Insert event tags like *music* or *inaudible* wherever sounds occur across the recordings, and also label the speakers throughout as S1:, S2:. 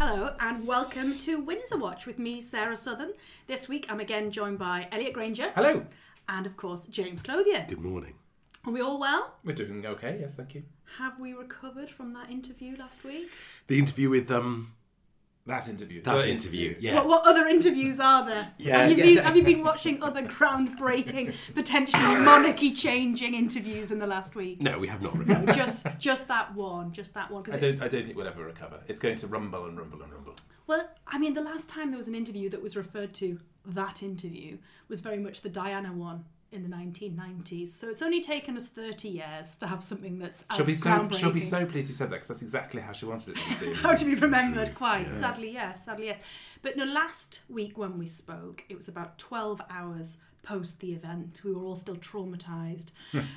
S1: and welcome to Windsor Watch with me, Sarah Southern. This week I'm again joined by Elliot Granger
S2: Hello.
S1: and, of course, James Clothier.
S3: Good morning.
S1: Are we all well?
S2: We're doing okay. Yes, thank you.
S1: Have we recovered from that interview last week?
S3: The interview with um
S2: That interview.
S3: that
S2: The
S3: interview. Yes.
S1: What, what other interviews are there?
S3: Yeah,
S1: have, you
S3: yeah.
S1: been, have you been watching other groundbreaking,
S3: *laughs*
S1: potentially monarchy changing interviews in the last week?
S3: No, we have not recovered.
S1: Just, just that one, just that one. 'cause
S2: I
S1: it-
S2: don't. I don't think we'll ever recover. It's going to rumble and rumble and rumble.
S1: Well, I mean, the last time there was an interview that was referred to, that interview, was very much the Diana one in the 1990s. So it's only taken us 30 years to have something that's as
S2: She'll be so.
S1: groundbreaking.
S2: She'll be so pleased you said that because that's exactly how she wanted it to *laughs* seem.
S1: How to be remembered, quite. Sadly, yes, sadly, yes. But no, last week when we spoke, it was about 12 hours post the event. We were all still traumatised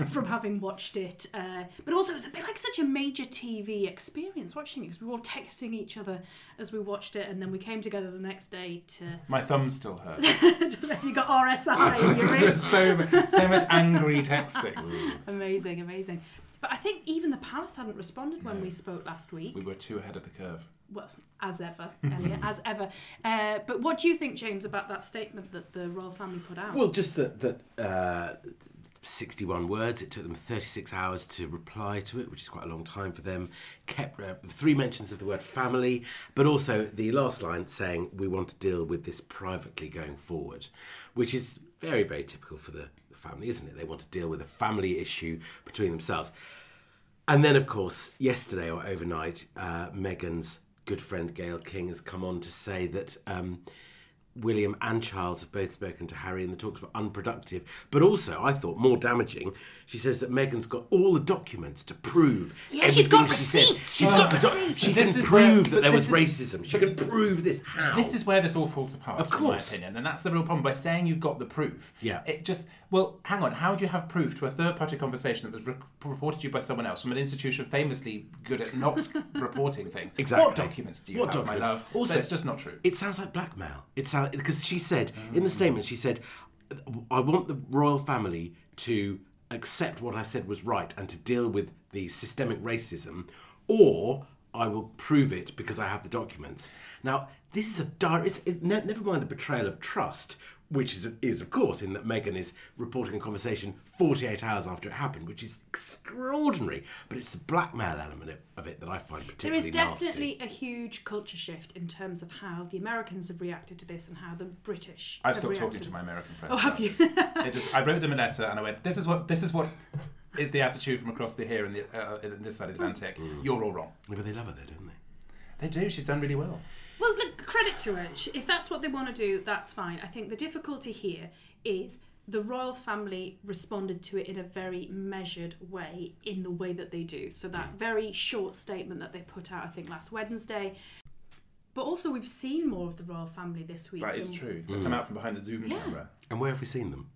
S1: from having watched it. Uh, but also, it was a bit like such a major TV experience watching it because we were all texting each other as we watched it, and then we came together the next day to.
S2: My thumb still hurts.
S1: *laughs* if you got RSI
S2: *laughs*
S1: in your
S2: There's
S1: wrist.
S2: so so much angry texting.
S1: Amazing, amazing. But I think even the palace hadn't responded when we spoke last week.
S2: We were too ahead of the curve.
S1: Well, as ever,
S2: *laughs*
S1: Elliot, as ever. Uh, but what do you think, James, about that statement that the royal family put out?
S3: Well, just that that uh, 61 words. It took them 36 hours to reply to it, which is quite a long time for them. Kept uh, three mentions of the word family, but also the last line saying we want to deal with this privately going forward, which is very very typical for the family, isn't it? They want to deal with a family issue between themselves. And then, of course, yesterday or overnight, uh, Meghan's good friend Gail King has come on to say that um, William and Charles have both spoken to Harry and the talks were unproductive. But also, I thought more damaging, she says that Meghan's got all the documents to prove.
S1: Yeah, she's got
S3: everything she said.
S1: receipts,
S3: She's
S1: she's got
S3: got the doc-
S1: receipts.
S3: She
S2: This
S3: can
S2: is where-
S3: prove
S2: but
S3: that there was
S2: this
S3: racism. She can prove this. How?
S2: This is where this all falls apart,
S3: Of course.
S2: in my opinion, and that's the real problem. By saying you've got the proof,
S3: Yeah.
S2: it just well, hang on. How do you have proof to a third-party conversation that was re- reported to you by someone else from an institution famously good at
S3: *laughs*
S2: not reporting things?
S3: Exactly.
S2: What documents do you
S3: What
S2: have,
S3: documents?
S2: my love?
S3: Also-
S2: that's just not true.
S3: It sounds like blackmail. It sounds because she said in the statement she said, "I want the royal family to accept what I said was right and to deal with the systemic racism, or I will prove it because I have the documents." Now this is a dire. It's, it, ne- never mind the betrayal of trust. Which is, is, of course, in that Meghan is reporting a conversation 48 hours after it happened, which is extraordinary. But it's the blackmail element of- of it that I find
S1: There
S3: particularly
S1: is
S3: nasty.
S1: definitely a huge culture shift in terms of how the Americans have reacted to this and how the British.
S2: I've
S1: have
S2: stopped
S1: reacted
S2: talking to
S1: this.
S2: my American friends.
S1: Oh, have
S2: about
S1: you?
S2: this. They just, I wrote them a letter and I went, "This is what this is what is the attitude from across the here and the uh, in this side of the Atlantic.
S3: Mm.
S2: You're all wrong."
S3: Yeah, But they love her, though, don't
S2: They
S3: they?
S2: do. She's done really well.
S1: Well, look, credit to her. Sh- If that's what they want to do, that's fine. I think the difficulty here is the royal family responded to it in a very measured way in the way that they do. So that very short statement that they put out, I think, last Wednesday. But also, we've seen more of the royal family this week.
S2: That is
S3: Mm.
S1: than-
S2: true. They come out from behind the Zoom
S1: Yeah.
S2: camera.
S3: And where have we seen them?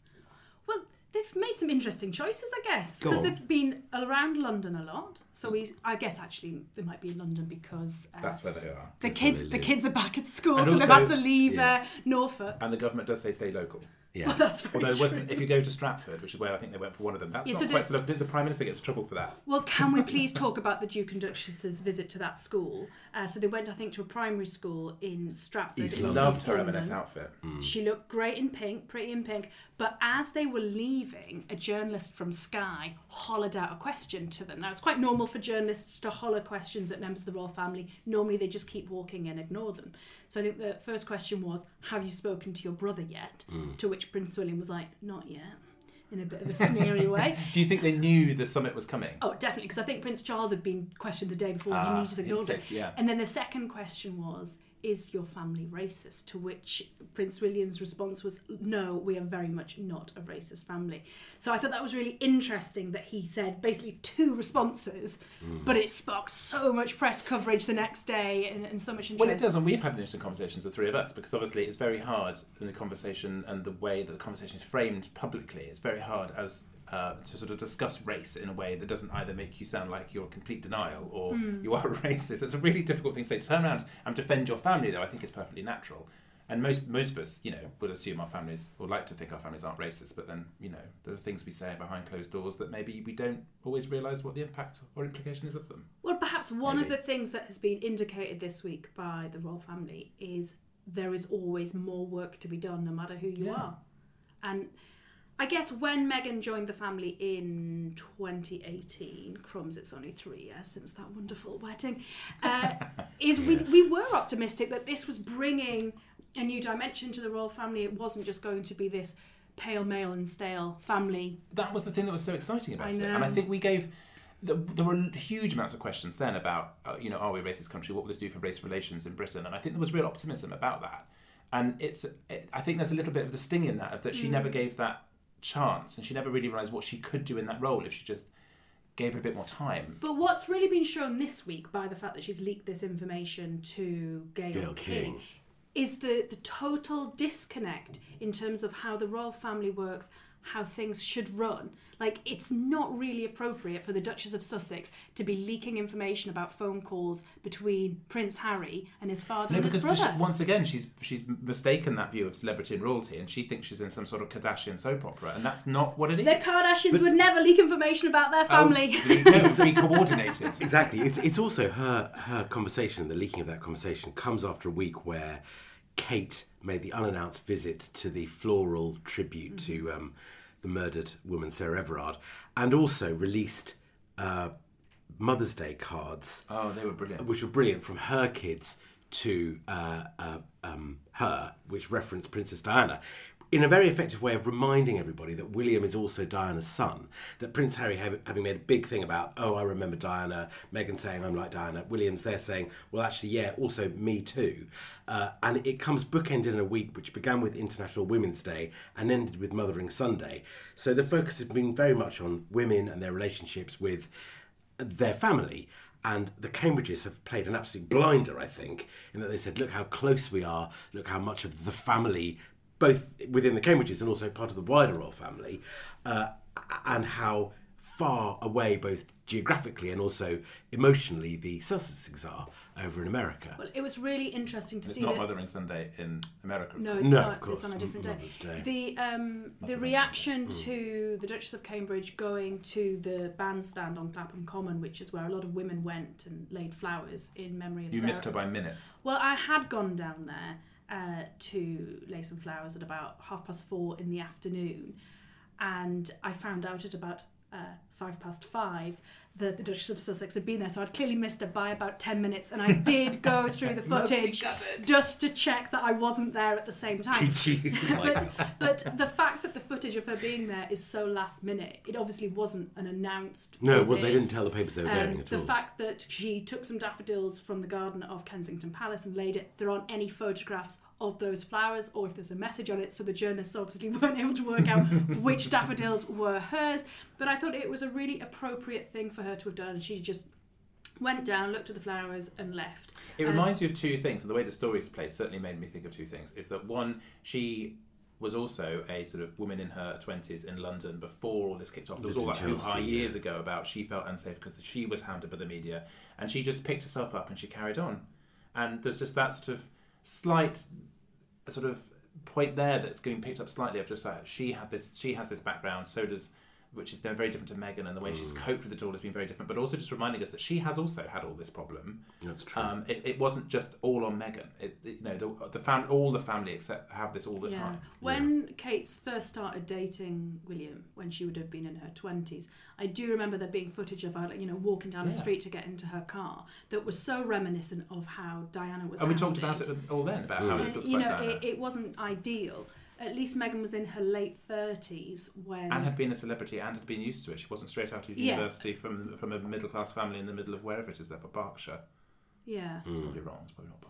S1: Well, they've made some interesting choices, I guess,
S3: Go
S1: because
S3: on.
S1: they've been around London a lot. So we, I guess, actually, they might be in London because uh,
S2: That's where they are.
S1: the
S3: That's where
S1: kids,
S3: they
S1: the
S3: live.
S1: kids are back at school,
S2: And
S1: so they've
S2: also-
S1: had to leave uh, Norfolk.
S2: And the government does say stay local.
S3: Yeah.
S1: Well, that's very
S2: Although it
S1: true.
S2: wasn't, if you go to Stratford, which is where I think they went for one of them, that's
S1: Yeah,
S2: not
S1: so
S2: quite
S1: the-
S2: so local. Didn't the Prime Minister get into trouble for that?
S1: Well, can we please talk about the Duke and Duchess's visit to that school? Uh, so they went, I think, to a primary school in Stratford.
S3: East
S1: in
S3: London.
S2: Loved
S1: East
S2: her
S1: London.
S2: M&S outfit.
S1: She looked great in pink, pretty in pink. But as they were leaving, a journalist from Sky hollered out a question to them. Now, it's quite normal for journalists to holler questions at members of the royal family. Normally, they just keep walking and ignore them. So I think the first question was, Have you spoken to your brother yet? To which Prince William was like, Not yet, in a bit of a sneery way.
S2: Do you think they knew the summit was coming?
S1: Oh, definitely, because I think Prince Charles had been questioned the day before, and
S2: Ah,
S1: he just ignored
S2: he'd
S1: it.
S2: said, yeah.
S1: And then the second question was, "Is your family racist?" To which Prince William's response was, "No, we are very much not a racist family." So I thought that was really interesting that he said basically two responses,
S2: Mm.
S1: but it sparked so much press coverage the next day and, and so much interest.
S2: Well, it does, and we've had interesting conversations, the three of us, because obviously it's very hard in the conversation and the way that the conversation is framed publicly. It's very hard as uh, to sort of discuss race in a way that doesn't either make you sound like you're in complete denial or *laughs* you are a racist. It's a really difficult thing to say. To turn around and defend your family, though, I think is perfectly natural. And most most of us, you know, would assume our families or like to think our families aren't racist, but then you know there are things we say behind closed doors that maybe we don't always realise what the impact or implication is of them.
S1: Well, perhaps one of
S3: Maybe.
S1: the things that has been indicated this week by the royal family is there is always more work to be done, no matter who you
S2: Yeah.
S1: are. And I guess when Meghan joined the family in 2018, crumbs, it's only three years since that wonderful wedding, uh, is we, we were optimistic that this was bringing a new dimension to the royal family. It wasn't just going to be this pale, male, and stale family
S2: that was the thing that was so exciting about
S1: I
S2: it. And I
S1: know.
S2: think we gave. th- There were huge amounts of questions then about, uh, you know, are we a racist country? What will this do for race relations in Britain? And I think there was real optimism about that. And it's, it, I think there's a little bit of the sting in that of that she
S1: Mm.
S2: never gave that chance, and she never really realised what she could do in that role if she just gave her a bit more time.
S1: But what's really been shown this week by the fact that she's leaked this information to Gail,
S3: Gayle
S1: King,
S3: King.
S1: is the, the total disconnect in terms of how the royal family works, how things should run. Like, it's not really appropriate for the Duchess of Sussex to be leaking information about phone calls between Prince Harry and his father
S2: No,
S1: and his
S2: because
S1: brother.
S2: she- once again, she's she's mistaken that view of celebrity and royalty, and she thinks she's in some sort of Kardashian soap opera, and that's not what it is.
S1: the Kardashians would never leak information about their family. *laughs*
S2: Oh, we- no, we coordinated.
S3: exactly. It's it's also her her conversation, the leaking of that conversation comes after a week where Kate made the unannounced visit to the floral tribute to um, the murdered woman Sarah Everard, and also released uh, Mother's Day cards,
S2: Oh, they were brilliant.
S3: which were brilliant from her kids to uh, uh, um, her, which referenced Princess Diana. In a very effective way of reminding everybody that William is also Diana's son, that Prince Harry, hav- having made a big thing about, oh, I remember Diana, Meghan saying, I'm like Diana, William's there saying, well, actually, yeah, also me too. Uh, and it comes bookended in a week which began with International Women's Day and ended with Mothering Sunday. So the focus has been very much on women and their relationships with their family. And the Cambridges have played an absolute blinder, I think, in that they said, look how close we are, look how much of the family, both within the Cambridges and also part of the wider royal family, uh, and how far away, both geographically and also emotionally, the Sussexes are over in America.
S1: Well, it was really interesting to
S2: It's
S1: see
S2: not
S1: that
S2: Mothering Sunday in America. of
S1: No,
S2: course.
S1: it's
S3: No,
S1: not.
S3: of course,
S1: It's on a
S3: on
S1: different
S3: Mother's
S1: day.
S3: Day.
S1: The um, the reaction
S3: mm.
S1: to the Duchess of Cambridge going to the bandstand on Clapham Common, which is where a lot of women went and laid flowers in memory of
S2: You
S1: Sarah.
S2: missed her by minutes.
S1: Well, I had gone down there uh, to lay some flowers at about half past four in the afternoon, and I found out at about uh, five past five that the Duchess of Sussex had been there, so I'd clearly missed her by about ten minutes, and I did
S3: *laughs*
S1: go through the
S2: Must be
S1: footage
S2: gutted.
S1: just to check that I wasn't there at the same time.
S3: *laughs* Gee, Oh my God.
S1: but, but the fact that the footage of her being there is so last minute, it obviously wasn't an announced.
S3: no, well,
S1: visit.
S3: they didn't tell the papers they were
S1: Um,
S3: going at
S1: the
S3: all.
S1: fact that she took some daffodils from the garden of Kensington Palace and laid it, there aren't any photographs of those flowers or if there's a message on it, so the journalists obviously *laughs* weren't able to work
S3: *laughs*
S1: out which daffodils were hers. But I thought it was a really appropriate thing for her to have done. She just went down, looked at the flowers, and left.
S2: It
S1: Um,
S2: reminds me of two things, and the way the story is played certainly made me think of two things. Is that one, she was also a sort of woman in her 20s in London before all this kicked off. There was all that
S3: Lived in
S2: hoo-ha
S3: Chelsea,
S2: years ago about she felt unsafe because she was hounded by the media, and she just picked herself up and she carried on. And there's just that sort of slight sort of point there that's getting picked up slightly of just like she had this she has this background so does which is they're very different to Megan and the way
S3: Mm.
S2: she's coped with it all has been very different but also just reminding us that she has also had all this problem
S3: That's true.
S2: um, it, it wasn't just all on Megan. It, it- you know, the, the fam- all the family except have this all the time.
S1: When Kate's first started dating William, when she would have been in her twenties, I do remember there being footage of her, like, you know, walking down a
S2: Yeah.
S1: street to get into her car that was so reminiscent of how Diana was.
S2: And we talked about
S1: handled.
S2: it all then about how it
S1: Uh,
S2: looks
S1: you
S2: like
S1: know, it,
S2: that.
S1: it wasn't ideal. At least Megan was in her late thirties when.
S2: Anne had been a celebrity and had been used to it. She wasn't straight out of
S1: Yeah.
S2: university from from a middle class family in the middle of wherever it is, therefore Berkshire.
S1: yeah.
S2: It's probably wrong. It's probably not Berkshire.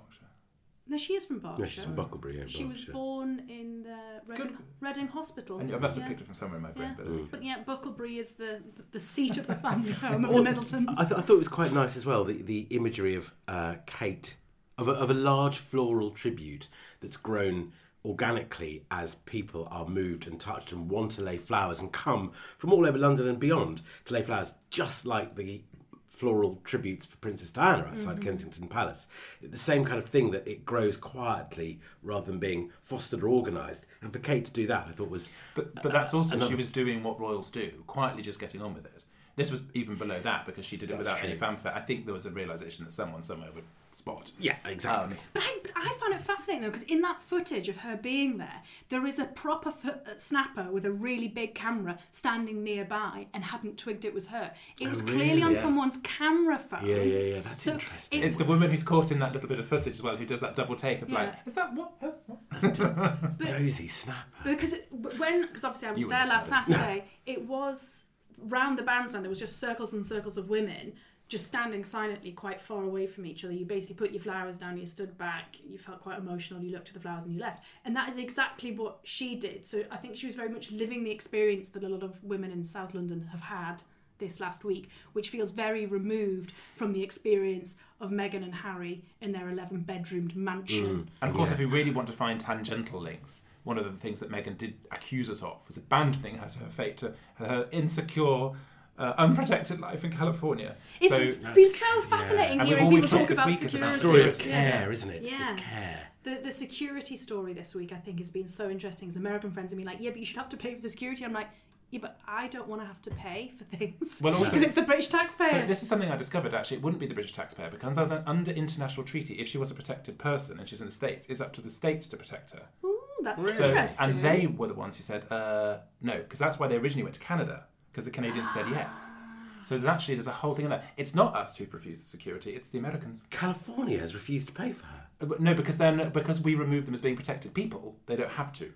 S1: No, she is from
S3: no,
S1: Berkshire.
S3: Mm. she's from Bucklebury. yeah,
S1: she was
S3: Berkshire.
S1: born in the Reading, Reading Hospital.
S2: And I must
S1: Oh,
S2: have
S1: yeah.
S2: picked it from somewhere in my brain.
S1: Yeah.
S2: But there we go.
S1: But yeah, Bucklebury is the the seat of the
S2: *laughs*
S1: family home of
S3: Well,
S1: the Middletons.
S3: I, th- I thought it was quite nice as well the, the imagery of uh, Kate of a, of a large floral tribute that's grown organically as people are moved and touched and want to lay flowers and come from all over London and beyond to lay flowers, just like the floral tributes for Princess Diana outside Kensington Palace. The same kind of thing that it grows quietly rather than being fostered or organised. And for Kate to do that, I thought was
S2: But but that's also she was doing what royals do, quietly just getting on with it. This was even below that because she did it without any
S3: true.
S2: fanfare. I think there was a realization that someone somewhere would spot.
S3: yeah, exactly.
S1: But I, but I found it fascinating though, because in that footage of her being there, there is a proper fo- uh, snapper with a really big camera standing nearby and hadn't twigged it was her. It was
S3: Oh, really?
S1: clearly on
S3: Yeah.
S1: someone's camera phone.
S3: yeah, yeah, yeah. That's
S1: So
S3: interesting.
S1: it-
S2: It's the woman who's caught in that little bit of footage as well, who does that double take of like,
S1: Yeah.
S2: is that what? Huh? What?"
S3: Dozy snapper.
S1: Because it, w- when, because obviously I was
S2: You
S1: there
S2: wouldn't
S1: last
S2: have
S1: Saturday, it was round the bandstand. There was just circles and circles of women just standing silently, quite far away from each other. You basically put your flowers down, you stood back, you felt quite emotional, you looked at the flowers and you left. And that is exactly what she did. So I think she was very much living the experience that a lot of women in South London have had this last week, which feels very removed from the experience of Meghan and Harry in their 11 bedroomed mansion.
S2: And of course, if we really want to find tangential links, one of the things that Meghan did accuse us of was abandoning her to her fate, to her insecure, uh, unprotected life in California.
S1: It's,
S2: so
S1: it's been so fascinating
S2: And
S1: hearing
S2: all we've
S1: people talk
S2: talked this
S1: about
S2: week is
S1: security.
S2: about
S3: It's a story of
S2: Yeah.
S3: care, isn't it?
S1: Yeah.
S3: It's care.
S1: The, the security story this week, I think, has been so interesting. As American friends have been like, yeah, but you should have to pay for the security. I'm like, yeah, but I don't want to have to pay for things.
S2: Well, also-
S1: because it's the British taxpayer.
S2: So this is something I discovered actually. It wouldn't be the British taxpayer because under, under international treaty, if she was a protected person and she's in the states, it's up to the states to protect her.
S1: Ooh, that's
S2: So-
S1: interesting.
S2: and they were the ones who said uh, no, because that's why they originally went to Canada because the Canadians said yes.
S1: Ah.
S2: So there's actually there's a whole thing in there. It's not us who've refused the security; it's the Americans.
S3: California has refused to pay for her.
S2: Uh, but No, because then because we remove them as being protected people, they don't have to.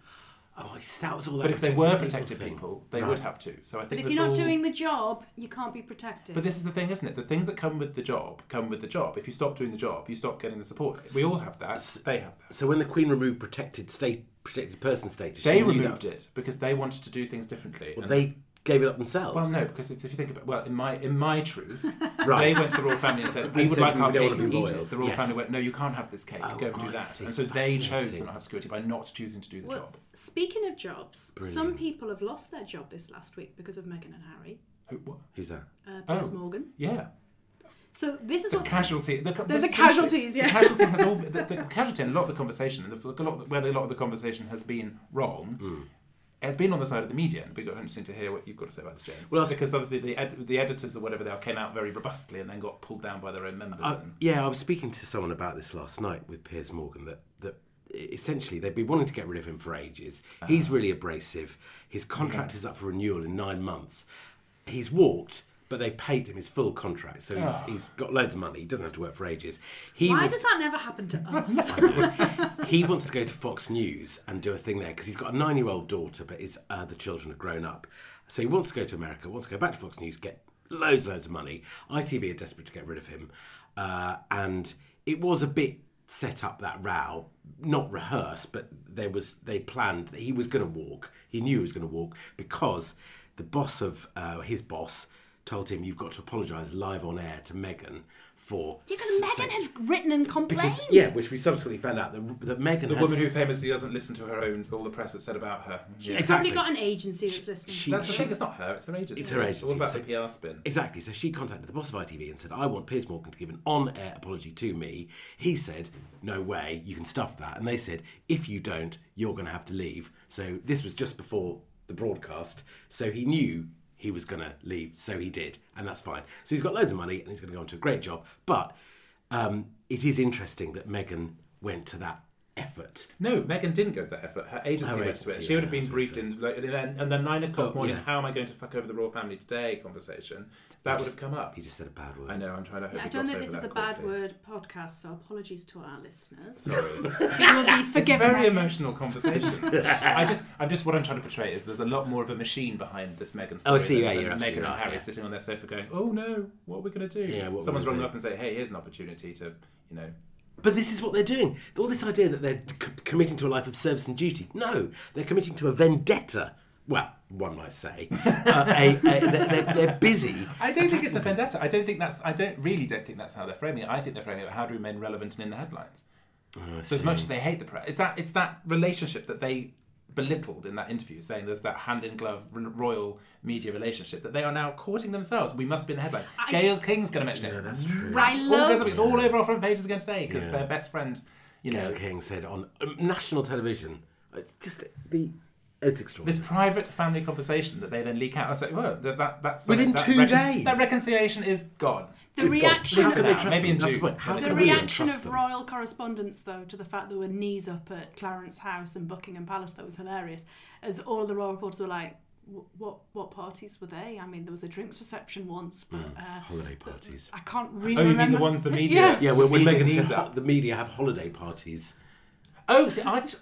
S3: Oh, I see, that was all.
S2: But if they were protected people, they would have to. So I
S1: but
S2: think
S1: if
S2: there's
S1: you're not
S2: all-
S1: doing the job, you can't be protected.
S2: But this is the thing, isn't it? The things that come with the job come with the job. If you stop doing the job, you stop getting the support. We all have that. They have that.
S3: So when the Queen removed protected state, protected person status,
S2: They
S3: she knew
S2: removed
S3: that-
S2: it because they wanted to do things differently.
S3: Well,
S2: and-
S3: they gave it up themselves.
S2: well, no, because it's, if you think about well, in my in my truth,
S3: Right.
S2: they went to the royal family and said we
S3: *laughs* And
S2: would
S3: said,
S2: like
S3: "We
S2: our
S3: don't
S2: cake
S3: wanna
S2: and
S3: be
S2: eat it.
S3: royals."
S2: The royal
S3: Yes.
S2: family went, no, you can't have this cake.
S3: Oh,
S2: Go and do
S3: I
S2: that.
S3: see.
S2: And so they chose to
S3: Fascinating.
S2: not have security by not choosing to do the
S1: well,
S2: job.
S1: speaking of jobs, some people have lost their job this last week because of Meghan and Harry.
S2: Who, what?
S3: Who's that?
S1: Uh, Piers
S2: Oh.
S1: Morgan.
S2: Yeah,
S1: So this is
S2: the
S1: what's
S2: casualty. The,
S1: There's
S2: the-
S1: the casualties, yeah.
S2: The casualty has all the, the casualty and a lot of the conversation, and the, a lot of- where a lot of the conversation has been wrong,
S3: Hmm.
S2: has been on the side of the media. And it'd be interesting to hear what you've got to say about this, James.
S3: Well,
S2: Well,
S3: that's-
S2: because obviously the ed- the editors or whatever they are came out very robustly and then got pulled down by their own members.
S3: I-
S2: and
S3: yeah, I was speaking to someone about this last night with Piers Morgan that that essentially they've been wanting to get rid of him for ages.
S1: Ah.
S3: He's really abrasive. His contract is up for renewal in nine months. He's walked. But they've paid him his full contract, so he's, he's got loads of money. He doesn't have to work for ages. He
S1: Ah. why
S3: wants
S1: does that never happen to us?
S2: *laughs*
S3: he wants to go to Fox News and do a thing there because he's got a nine-year-old daughter, but his other children are grown up. So he wants to go to America, wants to go back to Fox News, get loads, loads of money. ITV are desperate to get rid of him, uh, and it was a bit set up that row, not rehearsed, but there was they planned that he was going to walk. He knew he was going to walk because the boss of uh, his boss told him, "You've got to apologise live on air to Megan." For
S1: yeah, because
S3: s-
S1: Meghan had written and complained.
S3: because- yeah, which we subsequently found out that, that Megan
S2: the
S3: had,
S2: woman who famously doesn't listen to her own all the press that's said about her.
S1: She's
S2: Yeah.
S3: Exactly.
S1: probably got an agency that's listening.
S3: she-
S2: That's the thing. It's not her. It's her agency.
S3: It's her
S2: All
S3: agency,
S2: about
S3: so-
S2: the PR spin.
S3: Exactly. So she contacted the boss of ITV and said, I want Piers Morgan to give an on air apology to me. He said, No way, you can stuff that. And they said, If you don't, you're going to have to leave. So this was just before the broadcast. So he knew he was going to leave. So he did. And that's fine. So he's got loads of money and he's going to go on to a great job. But um, it is interesting that Meghan went to that effort.
S2: No, Megan didn't go to that effort. Her agency
S3: Her
S2: went to it.
S3: agency,
S2: She would
S3: yeah,
S2: have been
S3: that's Oh,
S2: briefed in, like, and then and then nine o'clock morning.
S3: yeah.
S2: How am I going to fuck over the royal family today? Conversation that would have come up.
S3: He just said a bad word.
S2: I know. I'm trying to. Hope
S1: I
S2: he
S1: don't
S2: gloss
S1: think
S2: over
S1: this is a
S2: that
S1: bad
S2: quickly.
S1: word podcast, so apologies to our
S2: *laughs*
S1: listeners. *laughs*
S2: Sorry.
S1: You will be
S2: It's a
S1: forgiven.
S2: very emotional conversation.
S1: *laughs*
S2: I just, I'm just what I'm trying to portray is there's a lot more of a machine behind this Megan story.
S3: Oh, I see, yeah,
S2: than,
S3: you're
S2: than Meghan
S3: absolutely
S2: and
S3: right,
S2: Harry
S3: yeah.
S2: sitting on their sofa going, "Oh no, what are we going to do?"
S3: Yeah, what we
S2: Someone's
S3: gonna
S2: running
S3: do?
S2: up and say, "Hey, here's an opportunity to, you know,
S3: But this is what they're doing. All this idea that they're c- committing to a life of service and duty. No, they're committing to a vendetta. Well, one might say. *laughs* uh, a, a, they're, they're, they're busy.
S2: I don't think
S3: *laughs*
S2: it's a vendetta. I don't think that's. I don't really don't think that's how they're framing it. I think they're framing it how to remain
S3: Oh,
S2: relevant and in the headlines. so as much as they hate the press, it's that it's that relationship that they belittled in that interview, saying there's that hand in glove r- royal media relationship that they are now courting themselves. We must be in the headlines.
S1: I-
S2: Gail King's going to mention
S3: Yeah,
S2: it.
S3: that's true.
S1: I
S2: All
S1: love-
S2: goes up. It's all over our front pages again today because
S3: Yeah.
S2: their best friend, you know,
S3: Gail King said on um, national television. It's just the. It's
S2: this
S3: extraordinary.
S2: private family conversation that they then leak out. I was like, whoa, that, that, that's
S3: Within
S2: that
S3: two days.
S2: That reconciliation is gone.
S1: The reaction
S3: How
S1: of
S2: Just
S3: can
S2: now,
S3: they trust
S2: maybe
S3: them?
S2: in
S3: That's
S2: June.
S3: point. How
S2: The
S1: The
S3: can we
S1: reaction
S3: trust
S1: of
S3: them?
S1: royal correspondents, though, to the fact there were knees up at Clarence House and Buckingham Palace, that was hilarious. As all the royal reporters were like, "Wh- "What what parties were they?" I mean, there was a drinks reception once, but uh,
S3: Holiday parties.
S1: I can't really
S2: Mm, Oh, you mean
S1: remember.
S2: the ones the media? *laughs*
S1: Yeah.
S3: Yeah, we're, we're
S2: media
S3: making
S2: knees
S3: these
S2: up.
S3: up. The media have holiday parties.
S2: Oh, see, I just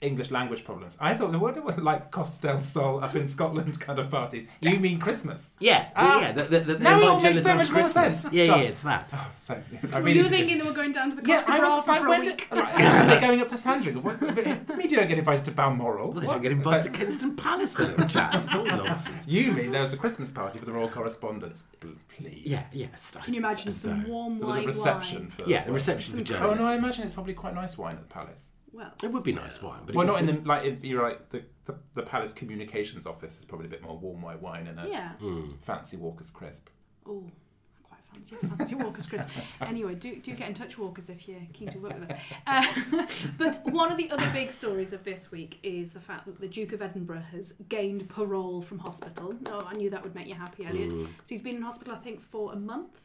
S2: English language problems. I thought the word was like Costa del Sol up in Scotland kind of parties. You mean Christmas?
S3: Yeah,
S2: Ah.
S3: yeah. The, the, the,
S2: Now
S3: the
S2: it all makes so
S3: evangelism
S2: much
S3: of
S2: more
S3: Christmas.
S2: sense.
S3: Yeah, yeah,
S2: God.
S3: it's that.
S2: So I
S1: Were
S2: really
S1: you
S2: did-
S1: thinking they were going down to the
S2: Yeah,
S1: Costa
S2: I
S1: Brava
S2: was like,
S1: for a
S2: when *laughs*
S1: week?
S2: did- like, are they going up to Sandringham? What, the media don't get invited to Balmoral.
S3: Well, they
S2: What?
S3: don't get
S2: It's
S3: invited
S2: like,
S3: to Kensington Palace for little
S2: *laughs*
S3: chats. It's all nonsense.
S2: you mean there was a Christmas party for the royal correspondents? Pl- Please.
S3: Yeah, yeah. it's like-
S1: Can you imagine
S3: it's as
S1: some
S3: though-
S1: warm
S2: There was a
S1: white
S2: reception
S1: wine?
S2: for.
S3: Yeah, a reception for
S1: Some
S2: Oh
S3: journalists.
S2: no, I imagine it's probably quite nice wine at the palace.
S1: Well,
S3: It would be nice wine, but it
S2: Well, not in
S3: would
S2: the like if you're like the, the, the palace communications office is probably a bit more warm white wine and a
S1: Yeah.
S2: fancy Walker's crisp.
S1: Oh, I quite fancy fancy Walkers,
S2: *laughs*
S1: Chris. Anyway, do do get in touch, Walkers, if you're keen to work with us. Uh, *laughs* but one of the other big stories of this week is the fact that the Duke of Edinburgh has gained parole from hospital. Oh, I knew that would make you happy, Elliot. So he's been in hospital, I think, for a month.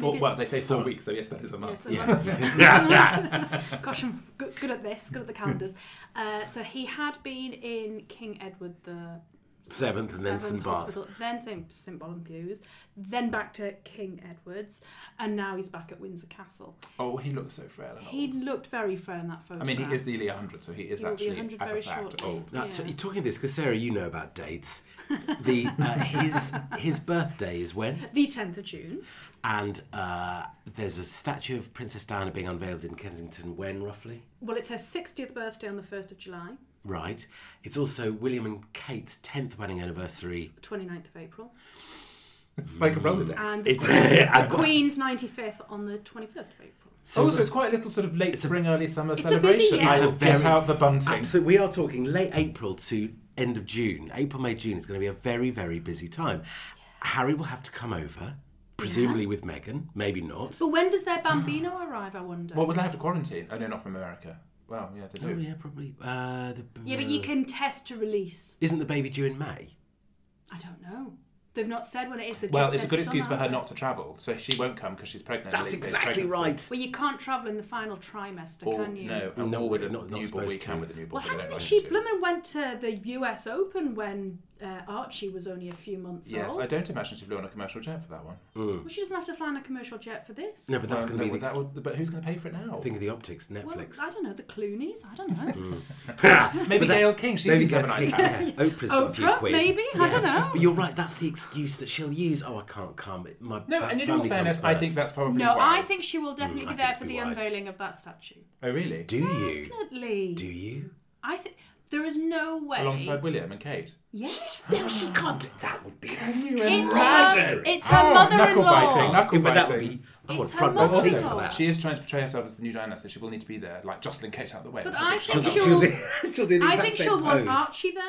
S2: Well, well, they say four
S3: So-
S2: weeks, so yes, that is a month.
S1: Yes, a
S2: *laughs*
S1: month.
S3: Yeah. yeah.
S1: Gosh, I'm good, good at this, good at the
S2: *laughs*
S1: calendars. Uh, so he had been in King Edward the
S3: Seventh and then
S1: Seventh
S3: St Barth.
S1: Hospital, then St St Bolenthu's, then back to King Edward's, and now he's back at Windsor Castle.
S2: Oh, he looks so frail and
S1: He
S2: old.
S1: looked very frail in that photo.
S2: I mean, he is nearly 100, so he is
S1: He will be
S2: actually,
S1: 100
S2: as
S1: very
S2: a fact,
S1: shortly.
S2: old.
S3: Now, t-
S1: Yeah.
S3: you're talking this because Sarah, you know about dates.
S1: *laughs*
S3: The uh, his his birthday is when,
S1: the 10th of June.
S3: and uh, there's a statue of Princess Diana being unveiled in Kensington. When roughly?
S1: Well, it's her 60th birthday on the 1st of July,
S3: Right. It's also William and Kate's tenth wedding anniversary.
S1: 29th of April,
S2: *laughs* It's like a Rolodex.
S1: and
S3: *laughs* It's
S1: the
S3: I've got-
S1: Queen's 95th on the 21st of April.
S2: oh, so it's quite a little sort of late spring, early summer
S1: It's a busy
S2: celebration.
S1: year.
S2: I
S1: It's a
S2: will get
S3: very-
S2: out the bunting.
S3: So we are talking late April to end of June. April, May, June is going to be a very, very busy time. Harry will have to come over, presumably with Meghan, maybe not.
S1: But when does their bambino arrive, I wonder?
S2: Well, would they have to quarantine? Oh, no, not from America. Well, yeah, they
S3: Oh
S2: do.
S3: yeah, probably. Uh, the,
S1: yeah, but you can test to release.
S3: Isn't the baby due in May?
S1: I don't know. They've not said when it is. They've
S2: Well,
S1: just
S2: it's a
S1: said
S2: good excuse for
S1: summer.
S2: her not to travel, so she won't come because she's pregnant.
S3: That's
S2: late-stage
S3: exactly
S2: pregnancy.
S3: right.
S1: Well, you can't travel in the final trimester,
S2: Or,
S1: can you?
S2: no,
S3: No,
S2: or with a
S3: not- not
S2: newborn
S3: supposed
S2: weekend
S3: to.
S2: with a
S1: Well,
S2: newborn. but they
S1: hang
S2: don't
S1: on,
S2: want
S1: she
S2: to.
S1: bloomin' went to the US Open when uh, Archie was only a few months
S2: Yes,
S1: old.
S2: I don't imagine she flew on a commercial jet for that one.
S1: Well, she doesn't have to fly on a commercial jet for this.
S3: No, but that's
S2: Well,
S3: going
S2: no,
S3: to be
S2: well,
S3: the
S2: that would, but who's going to pay for it now?
S3: thing of the optics.
S1: Well,
S3: Netflix.
S1: I don't know, the Clooney's? I don't
S3: *laughs*
S1: know.
S2: Maybe Gail King. She seems to have a nice house.
S3: yeah. Oprah's got a few
S1: Oprah,
S3: quid.
S1: maybe? I don't know.
S3: But you're right. That's the excuse that she'll use. Oh, I can't come. My
S2: No,
S3: fa-
S2: and in all
S3: family
S2: fairness,
S3: comes
S2: I think
S3: first.
S2: that's probably
S1: No, I
S2: wise.
S1: think she will definitely
S3: Mm,
S1: be
S3: I
S1: there
S3: think
S1: for
S3: it'd
S1: the
S3: be wise.
S1: unveiling of that statue.
S2: Oh, really?
S3: Do you?
S1: Definitely.
S3: Do you?
S1: I think there is no way.
S2: Alongside William and Kate.
S1: Yes.
S3: No, she can't. do- That would be.
S2: you
S1: It's her,
S2: imagine? Oh,
S1: it's her mother-in-law.
S2: Knuckle biting. Knuckle
S3: Yeah, but that would
S2: biting.
S3: be. I
S1: It's
S3: want
S1: her
S3: front row
S2: But
S1: mother-in-law.
S3: seats for
S1: Mother-in-law.
S3: that.
S2: she is trying to portray herself as the new Diana, so she will need to be there, like jostling Kate out of the way.
S1: But
S2: Like a
S1: I
S2: big
S1: think
S2: shoulder.
S1: she'll-
S3: *laughs* she'll do the
S1: I
S3: exact
S1: think
S3: same
S1: she'll want
S3: pose.
S1: Archie there.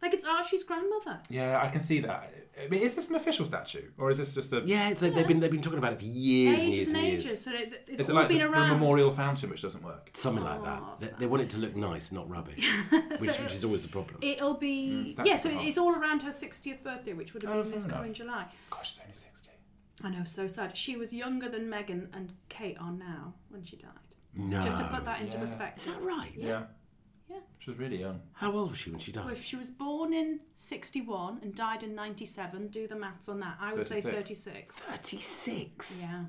S1: Like it's Archie's grandmother.
S2: Yeah, I can see that. I mean, is this an official statue or is this just a?
S3: Yeah, they, they've been they've been talking about it for years and years
S1: ages and,
S3: and
S1: ages.
S3: years.
S1: So it, it's
S2: Is it
S1: all
S2: like
S1: been
S2: this, the
S1: around.
S2: memorial fountain which doesn't work?
S3: Something like
S1: Oh,
S3: that. They,
S1: sad.
S3: they want it to look nice, not rubbish, which,
S1: *laughs* *laughs* So
S3: which is always the problem.
S1: It'll be
S2: it's that
S1: yeah. So
S2: sort of-
S1: it's all around her 60th birthday, which would have
S2: Oh,
S1: been
S2: fair
S1: this car
S2: enough.
S1: in July.
S2: Gosh, she's only sixty.
S1: I know, so sad. She was younger than Meghan and Kate are now when she died.
S3: no,
S1: Just to put that into
S2: Oh, yeah.
S3: is
S1: perspective.
S3: that right?
S2: Yeah.
S1: Yeah.
S2: She was really young.
S3: How old was she when she
S1: Well,
S3: died?
S1: if she was born in 61 and died in 97, do the maths on that. I would say 36.
S2: 36.
S3: Thirty-six.
S1: Yeah.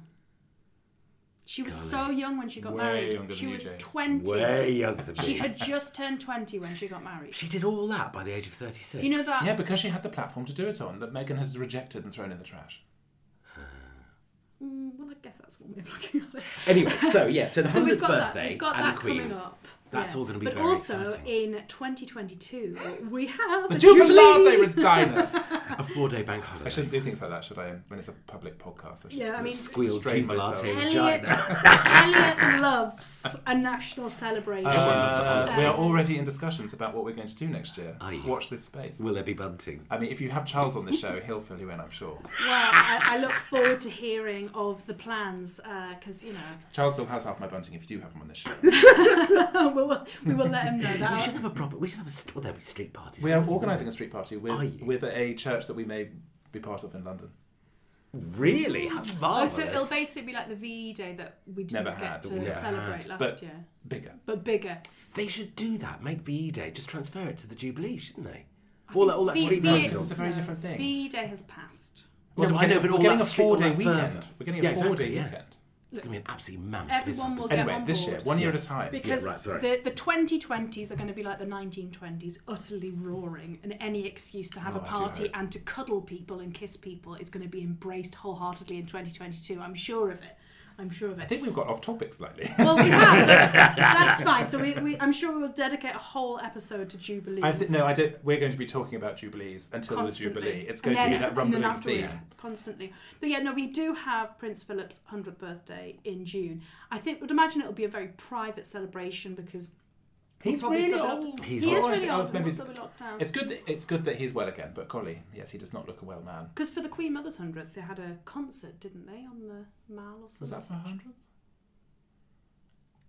S1: She was
S3: Golly.
S1: so young when she got
S2: Way
S1: married.
S2: younger
S1: She
S2: than you,
S1: was
S2: James.
S1: 20.
S3: Way younger than
S1: She
S3: me.
S1: had just turned 20 when she got married.
S3: She did all that by the age of 36.
S1: So you know that?
S2: Yeah, because she had the platform to do it on that Meghan has rejected and thrown in the trash.
S1: Mm, well, I guess that's one way of looking at it.
S3: anyway, so yeah, so the
S1: So
S3: 100th
S1: we've got that. *laughs*
S3: birthday
S1: We've got
S3: and
S1: that
S3: Queen.
S1: coming up.
S3: That's
S1: Yeah.
S3: all going to be
S1: But
S3: very
S1: also
S3: exciting.
S1: in 2022, we have
S2: The
S1: a
S2: Jubilate
S1: jubilee.
S2: Regina.
S3: a four-day bank holiday.
S2: I shouldn't do things like that, should I? When it's a public podcast. I should
S1: Yeah, I
S2: just
S1: mean-
S3: Squeal
S2: restrain
S3: jubilate.
S2: myself.
S3: Hell
S1: Elliot, Elliot loves a national celebration.
S2: Uh, we are
S1: Um,
S2: already in discussions about what we're going to do next year.
S3: Are you?
S2: Watch this space.
S3: Will there be bunting?
S2: I mean, if you have Charles on the
S3: *laughs*
S2: show, he'll fill you in, I'm sure.
S1: well, I, I look forward to hearing of the plans because you know *laughs*
S2: Charles still has half my bunting if you do have him on the
S3: *laughs*
S2: show.
S1: we will, we will let him know
S3: We
S1: that. Oh,
S3: should have a proper. We should have a. st- Well, there'll be street parties.
S2: Uh, We are organising a street party
S3: Are
S2: with,
S3: you?
S2: with a church that we may be part of in London.
S3: Really? How
S2: Mm.
S4: Oh,
S3: marvelous!
S4: so it'll basically be like the VE Day that we didn't
S2: Never had,
S4: get
S2: we
S4: to
S2: never
S4: celebrate
S1: had.
S4: last
S2: But-
S4: year.
S2: Bigger.
S1: But bigger.
S3: They should do that. Make VE Day. Just transfer it to the Jubilee, shouldn't they? All that, all that
S4: V-
S3: street
S4: V-
S3: party.
S2: Because it's a very different thing.
S4: VE Day has passed.
S3: No,
S2: Also,
S3: I
S2: we're getting-
S3: know, but
S2: we're
S3: all
S2: getting
S3: that
S2: a
S3: street- all
S2: four-day
S3: that
S2: weekend.
S3: fervour.
S2: We're getting a
S3: Yeah, exactly,
S2: four-day
S3: yeah.
S2: weekend.
S3: It's going to be an absolute mammoth.
S1: Everyone will
S3: this
S1: get
S2: Anyway,
S1: on
S2: this year,
S1: board.
S2: one year at a time.
S1: Because
S3: Yeah, right, sorry.
S1: the, the 2020s are going to be like the 1920s, utterly roaring, and any excuse to have
S2: Oh,
S1: a
S2: I do
S1: party
S2: hope.
S1: and to cuddle people and kiss people is going to be embraced wholeheartedly in 2022. I'm sure of it. I'm sure of
S2: I
S1: it.
S2: think we've got off topic
S3: *laughs*
S2: slightly.
S1: Well,
S2: *laughs*
S1: we have. That's, that's fine. So we, we, I'm sure we'll dedicate a whole episode to Jubilees.
S2: I thi- no, I don't. We're going to be talking about jubilees until
S1: Constantly.
S2: the jubilee. It's
S1: And
S2: going to be
S1: then-
S2: that
S1: and then
S2: rumbling
S1: afterwards,
S2: theme.
S1: Constantly. But yeah, no, we do have Prince Philip's 100th birthday in June. I think, would imagine it'll be a very private celebration because
S2: He's
S1: probably
S2: really
S1: still be locked-
S2: old.
S3: He's
S1: he is
S2: old.
S1: really
S2: I'll
S1: old. and
S2: maybe-
S1: He'll still be locked down.
S2: It's good. That, it's good that he's well again. But golly, yes, he does not look a well man.
S1: Because for the Queen Mother's 100th, they had a concert, didn't they, on the Mall or something?
S2: Was that for hundred?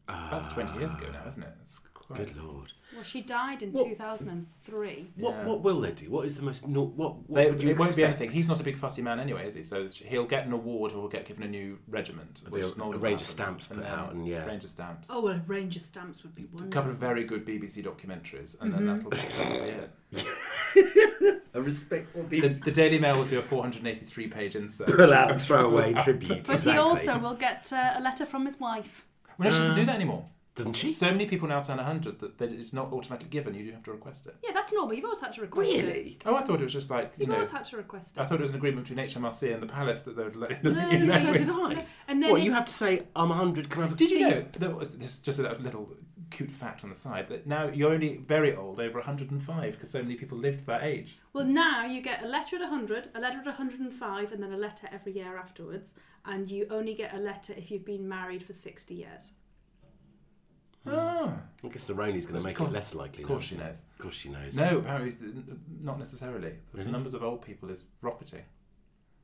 S3: Ah,
S2: That's twenty years ago now, isn't it? It's quite.
S3: Good lord.
S1: Well, she died in
S3: Well-
S1: 2003.
S3: What,
S2: Yeah.
S3: what will they do? What is the most. No, what, what
S2: They-
S3: would you
S2: it won't be
S3: expect?
S2: anything. He's not a big fussy man anyway, is he? So he'll get an award or get given a new regiment.
S3: There'll be
S2: Which
S3: a-
S2: is not
S3: a
S2: what
S3: range of
S2: happens.
S3: stamps put
S2: then
S3: out and, yeah.
S2: range of stamps.
S1: Oh, well, Ranger Stamps would be
S2: A
S1: wonderful.
S2: couple of *laughs* very good BBC documentaries, and then that'll be it.
S3: A respectful
S2: The,
S3: *laughs* people.
S2: the Daily Mail will do a 483-page insert.
S3: Pull out and throw away tribute.
S1: But
S3: exactly.
S1: he also will get uh, a letter from his wife.
S2: Well, no, she doesn't do that anymore.
S3: Doesn't she?
S2: So many people now turn 100 that, that it's not automatically given. You do have to request it.
S1: Yeah, that's normal. You've always had to request it.
S2: Oh, I thought it was just like, you
S1: You've
S2: know,
S1: always had to request
S2: I
S1: it.
S2: thought it was an agreement between HMRC and the palace that they would let
S3: *laughs*
S1: No,
S2: you know.
S1: no,
S3: So
S1: no.
S3: did I.
S1: And then
S3: What,
S1: if-
S3: you have to say, I'm 100, can I have a
S2: Did you
S1: So
S2: know, that was, this is just a little cute fact on the side, that now you're only very old, over 105, because so many people lived that age.
S1: Well, now you get a letter at 100, a letter at 105, and then a letter every year afterwards. And you only get a letter if you've been married for 60 years. Hmm.
S2: Ah,
S3: I guess the Roni's going to
S2: Of
S3: make
S2: course-
S3: it less likely.
S2: of course
S3: now.
S2: she knows.
S3: Of course she knows.
S2: No, apparently, th- not necessarily. The
S3: Really?
S2: numbers of old people is rocketing.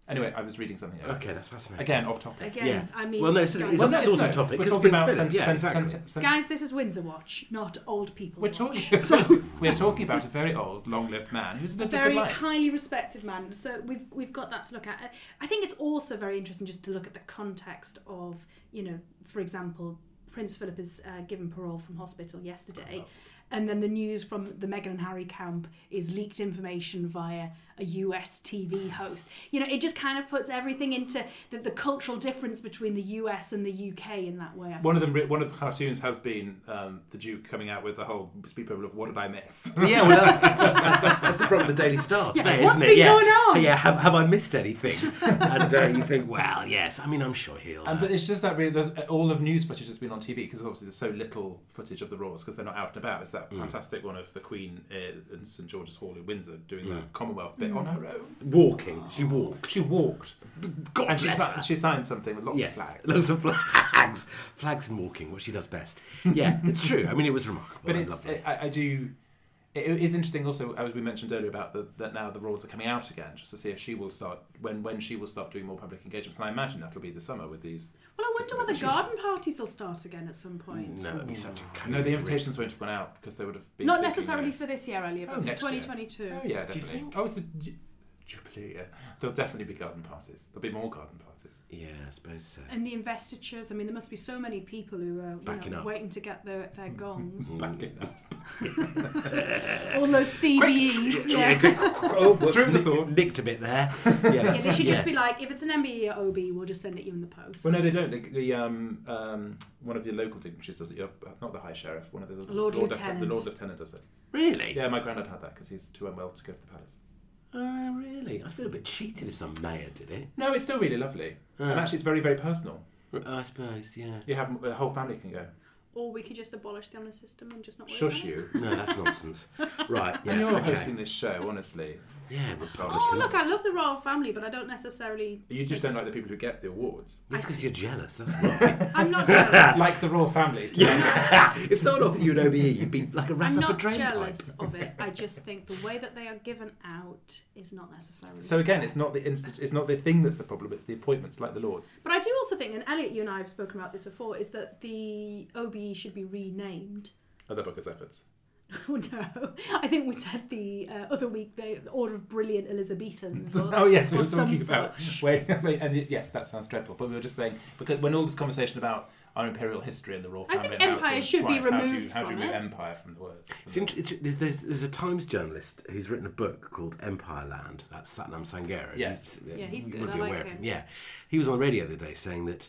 S2: Anyway, I was reading something. earlier.
S3: Okay, that's fascinating.
S2: Again, off topic.
S1: Again,
S3: Yeah.
S1: I mean,
S3: Well, no, it's-
S1: guys,
S3: it's
S2: Well, no,
S3: a sort
S2: no,
S3: of topic.
S2: We're
S3: It's
S2: talking
S3: been
S2: about
S3: spinning.
S2: sen-
S3: Yeah,
S2: sen-
S3: exactly.
S2: sen- sen-
S1: guys, this is Windsor Watch, not old people.
S2: We're
S1: Watch. *laughs*
S2: talking. *laughs* we're talking about a very old, long-lived man who's
S1: a
S2: lived a
S1: very
S2: good life.
S1: highly respected man. So we've we've got that to look at. I think it's also very interesting just to look at the context of you know, for example, Prince Philip is uh, given parole from hospital yesterday.
S2: Oh.
S1: And then the news from the Meghan and Harry camp is leaked information via a US
S2: *sighs*
S1: TV host. You know, it just kind of puts everything into the, the cultural difference between the US and the UK in that way. I
S2: One of them, re- one of the cartoons has been um, the Duke coming out with the whole speak bubble of "What did I miss?" *laughs*
S3: Yeah, well, that's, that's, that's, that's, that's the problem with the Daily Star today,
S1: what's
S3: isn't it?
S1: been
S3: yeah.
S1: going on?
S3: Yeah, have, have I
S2: *laughs*
S3: missed anything? and uh, you think, well, yes. I mean, I'm sure he'll. Uh,
S2: And, but it's just that really, there's- all of news footage has been on TV because obviously there's so little footage of the Raws because they're not out and about. It's that fantastic one of the Queen uh, in St George's Hall in Windsor doing the Commonwealth bit on her own.
S3: walking. She walked.
S2: Mm. She walked
S3: God
S2: and she,
S3: bless
S2: si-
S3: her.
S2: she signed something with lots
S3: Yes,
S2: of flags.
S3: Lots of flags. Flags and walking, what she does best.
S2: *laughs*
S3: Yeah, it's true. I mean, it was remarkable.
S2: But
S3: I
S2: it's
S3: loved it.
S2: I, I do. It it is interesting also, as we mentioned earlier, about the, that now the Royals are coming out again, just to see if she will start when when she will start doing more public engagements. And I imagine that'll be the summer with these.
S1: Well, I wonder whether
S2: She's-
S1: garden parties will start again at some point.
S3: No, it'd be such a
S2: No, the
S3: COVID
S2: invitations won't have gone out because they would have Mm, been
S1: Not
S2: thinking,
S1: necessarily
S2: you
S1: for this year, Elliot, but
S2: Oh,
S1: for
S2: next year.
S1: 2022.
S2: know- Oh yeah,
S3: Do you
S2: definitely.
S3: think?
S2: Oh, it's the ju- Jubilee. Yeah. There'll definitely be garden parties. There'll be more garden parties.
S3: Yeah, I suppose
S2: *laughs*
S3: so.
S1: And the investitures, I mean, there must be so many people who are you
S3: Backing
S1: know,
S3: up.
S1: waiting to get their, their gongs.
S2: Back it up.
S1: All those E CBEs. yeah.
S2: *laughs*
S1: yeah,
S3: oh, whoops,
S2: Through the
S3: nick-
S2: sword.
S3: Nicked a
S2: *laughs*
S3: bit there. Yeah, that's-
S1: they should
S3: yeah.
S1: just be like, if it's an MBE or OB, we'll just send it you in the post.
S2: Well, no, they don't. The, the um, um, one of your local dignitaries does it. Your, uh, not the High Sheriff. One of those.
S1: Lord
S2: The
S1: Lieutenant.
S2: Lord Lieutenant does it.
S3: Really?
S2: Yeah, my granddad had that because he's too unwell to go to the palace.
S3: Oh, really? I feel a bit cheated if some mayor did it.
S2: No, it's still really lovely.
S3: Yeah.
S2: And actually, it's very, very personal.
S3: I suppose, yeah.
S2: You have the whole family can go.
S1: Or we could just abolish the honour system and just not worry
S2: Shush
S1: about it.
S2: you.
S3: *laughs* No, that's nonsense. right, yeah.
S2: You're
S3: okay.
S2: hosting this show, honestly. *laughs*
S3: Yeah, we're publishing.
S1: Oh, look, I love the royal family, but I don't necessarily.
S2: You just don't like the people who get the awards.
S3: That's because you're jealous, that's why.
S1: I'm not jealous.
S2: Like the royal family. *laughs*
S3: if someone offered you an OBE, you'd be like a rat
S1: I'm
S3: up a
S1: not
S3: drain pipe.
S1: jealous of it. I just think the way that they are given out is not necessarily.
S2: So again, it's not the insti- it's not the thing that's the problem. It's the appointments, like the lords.
S1: But I do also think, and Elliot, you and I have spoken about this before, is that the OBE should be renamed.
S2: Other Booker's efforts.
S1: Oh no! *laughs* I think we said the uh, other week the Order of Brilliant Elizabethans.
S3: *laughs*
S1: Or,
S2: oh yes, we
S1: or
S2: were
S1: some
S2: talking about.
S1: such.
S2: Wait, wait, and y- yes, that sounds dreadful. But we were just saying because when all this conversation about our imperial history and the royal
S1: I
S2: family,
S1: think
S2: and how
S1: empire
S2: it's
S1: should be
S2: intertwined, how do you-
S1: removed
S2: How do you,
S1: from
S2: remove
S1: it.
S2: empire from the word?
S3: It's int- it- there's, there's, there's a Times journalist who's written a book called Empire Land. That's Satnam Sangera. uh,
S2: Yes.
S1: Yeah, he's
S3: you
S1: good.
S3: would
S1: I
S3: be
S1: like
S3: aware of
S1: him.
S3: Yeah, he was on the radio the other day saying that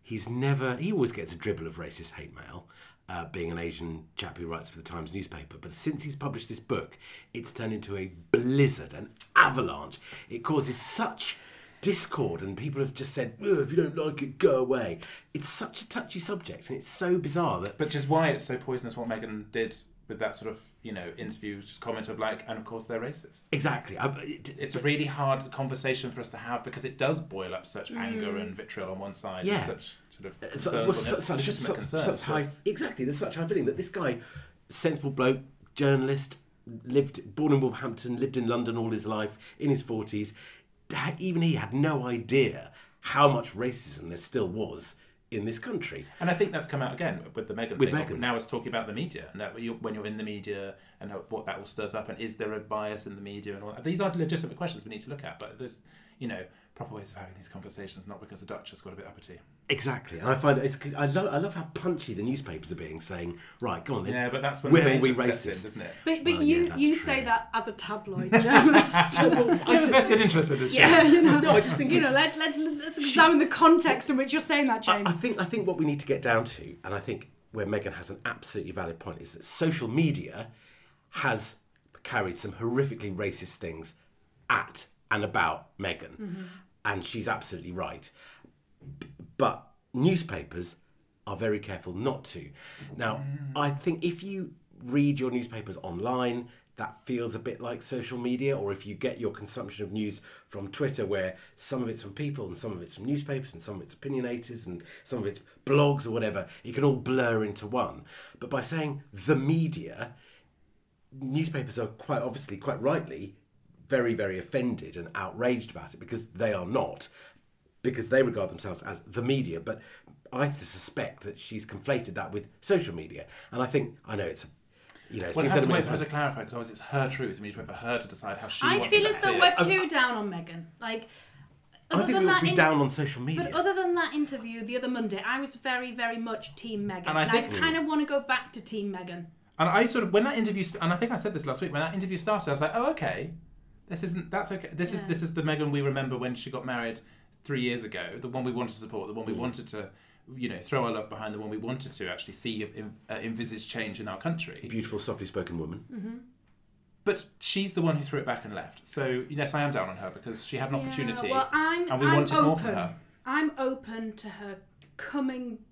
S3: he's never. He always gets a dribble of racist hate mail, uh, being an Asian chap who writes for the Times newspaper. But since he's published this book, it's turned into a blizzard, an avalanche. It causes such. Discord and people have just said, "Ugh, if you don't like it, go away. It's such a touchy subject and it's so bizarre that
S2: Which is why it's so poisonous what Megan did with that sort of you know interview, just comment of like, and of course they're racist.
S3: exactly. I, it,
S2: It's a really hard conversation for us to have because it does boil up such anger and vitriol on one side,
S3: Mm. Yeah.
S2: and such sort of
S3: such,
S2: concerns
S3: well,
S2: on
S3: such, such,
S2: legitimate
S3: such,
S2: concerns.
S3: such high, exactly. There's such high feeling that this guy, sensible bloke, journalist, lived born in Wolverhampton, lived in London all his life, in his forties. Even he had no idea how much racism there still was in this country.
S2: And I think that's come out again with the Megan
S3: With
S2: thing.
S3: Meghan.
S2: Now it's talking about the media and that you, when you're in the media and how- what that all stirs up and is there a bias in the media and all that. These are legitimate questions we need to look at, but there's you know proper ways of having these conversations, not because the Dutch has got a bit uppity.
S3: Exactly, and I find it's. I love. I love how punchy the newspapers are being, saying, "Right, go on then."
S2: Yeah, but that's when
S3: Where
S2: the
S3: were we
S2: danger steps in,
S3: racist?
S2: doesn't it?
S1: But, but
S3: Well,
S1: you,
S3: Oh, yeah, that's
S1: you
S3: true.
S1: say that as a
S3: *laughs*
S1: tabloid journalist. *laughs*
S2: I have a vested interest in this.
S1: yeah, *laughs* you know,
S3: No, I just think
S1: you know
S3: it's-
S1: let, let's, let's examine the context in which you're saying that,
S3: I, I
S1: James.
S3: think I think what we need to get down to, and I think where Megan has an absolutely valid point, is that social media has carried some horrifically racist things at and about Megan, and she's absolutely right. B- But newspapers are very careful not to. Now, I think if you read your newspapers online, that feels a bit like social media, or if you get your consumption of news from Twitter, where some of it's from people and some of it's from newspapers and some of it's opinionators and some of it's blogs or whatever, it can all blur into one. But by saying the media, newspapers are quite obviously, quite rightly, very, very offended and outraged about it because they are not, because they regard themselves as the media. But I suspect that she's conflated that with social media, and I think I know it's, you know, it's
S2: Well,
S3: been
S2: I have
S3: said a
S2: to wait
S3: million
S2: for her
S3: times.
S2: to clarify because obviously it's her truth and we need to wait for her to decide how she
S1: I
S2: wants
S1: feel
S2: to
S1: as though
S2: see it.
S1: we're too down on Megan. Like,
S3: Um, I
S1: other
S3: think
S1: than
S3: we would
S1: that,
S3: be
S1: in-
S3: down on social media.
S1: but other than that interview the other Monday, I was very, very much Team Megan,
S2: And I
S1: and,
S2: think-
S1: I kind of want to go back to Team Megan.
S2: And I sort of when that interview st- and I think I said this last week when that interview started, I was like, oh okay, this isn't that's okay. This is
S1: Yeah.
S2: this is the Megan we remember when she got married three years ago, the one we wanted to support, the one we
S3: Mm.
S2: wanted to. You know, throw our love behind the one we wanted to actually see in, uh, envisage change in our country.
S3: Beautiful, softly spoken woman.
S2: But she's the one who threw it back and left. So yes, I am down on her because she had an
S1: Yeah,
S2: opportunity,
S1: well, I'm,
S2: and we
S1: I'm
S2: wanted
S1: open.
S2: more from her.
S1: I'm open to her coming,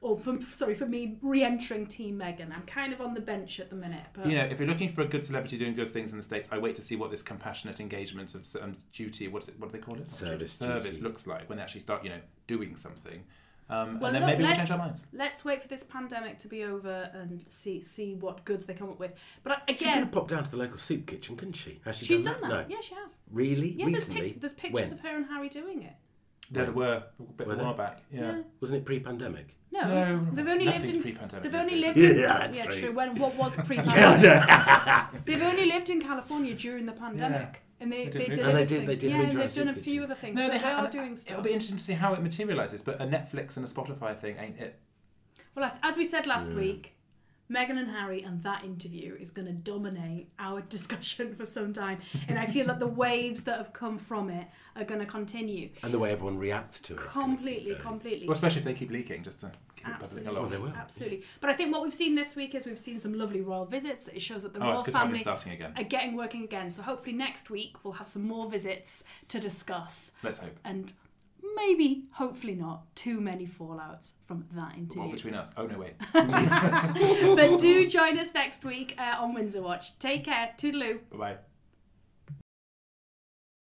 S1: or for, sorry, for me re-entering Team Megan. I'm kind of on the bench at the minute, but
S2: You know, if you're looking for a good celebrity doing good things in the states, I wait to see what this compassionate engagement of um, duty. What's it? What do they call it?
S3: Service
S2: Service
S3: duty.
S2: looks like when they actually start, you know, doing something. Um,
S1: Well,
S2: and then
S1: look,
S2: maybe we'll change
S1: let's-
S2: our minds.
S1: let's wait for this pandemic to be over and see see what goods they come up with. But I-
S3: She could
S1: again,
S3: have popped down to the local soup kitchen, couldn't she? Has she
S1: she's
S3: done
S1: done that.
S3: No.
S1: Yeah, she has.
S3: Really?
S1: Yeah, there's,
S3: Recently?
S1: pic- there's pictures
S3: When?
S1: of her and Harry doing it.
S2: There were a bit
S3: Were
S2: a
S3: there?
S2: while back. Yeah.
S3: Wasn't it pre-pandemic?
S1: No,
S2: No,
S1: they've only lived
S2: nothing's
S1: in.
S2: pre-pandemic
S1: They've
S2: these
S1: only lived.
S2: days.
S3: *laughs* Yeah,
S1: in,
S3: that's
S1: yeah
S3: great.
S1: true. When what
S2: *laughs*
S1: was pre-pandemic? they've only lived in California during the pandemic, and they
S2: They did
S1: they
S2: move
S1: did.
S2: there.
S3: And they
S1: other
S3: did- they
S1: things.
S3: did
S1: Yeah,
S3: move
S1: and
S3: to our
S1: they've done a
S3: soup
S1: few
S3: kitchen.
S1: other things.
S2: No,
S1: so they, are
S2: haven't.
S1: doing stuff.
S2: It'll be interesting to see how it materializes. But a Netflix and a Spotify thing ain't it?
S1: Well, as- as we said last week, Meghan and Harry and that interview is going to dominate our *laughs* discussion for some time. And I feel that the waves that have come from it are going to continue.
S3: And the way everyone reacts to it. is gonna keep
S1: Completely,
S3: going.
S1: completely.
S2: Well, especially if they keep leaking, just to keep it bubbling
S1: Absolutely.
S2: along.
S3: Oh, they will.
S1: Absolutely. But I think what we've seen this week is we've seen some lovely royal visits. It shows that the
S2: Oh,
S1: royal
S2: it's good time
S1: family
S2: we're starting again.
S1: are getting working again. So hopefully next week we'll have some more visits to discuss
S2: Let's hope.
S1: and mm, maybe, hopefully not, too many fallouts from that
S2: Well,
S1: interview.
S2: between us. Oh no, wait.
S1: *laughs* but do join us next week uh, on Windsor Watch. Take care. Toodaloo.
S2: Bye bye.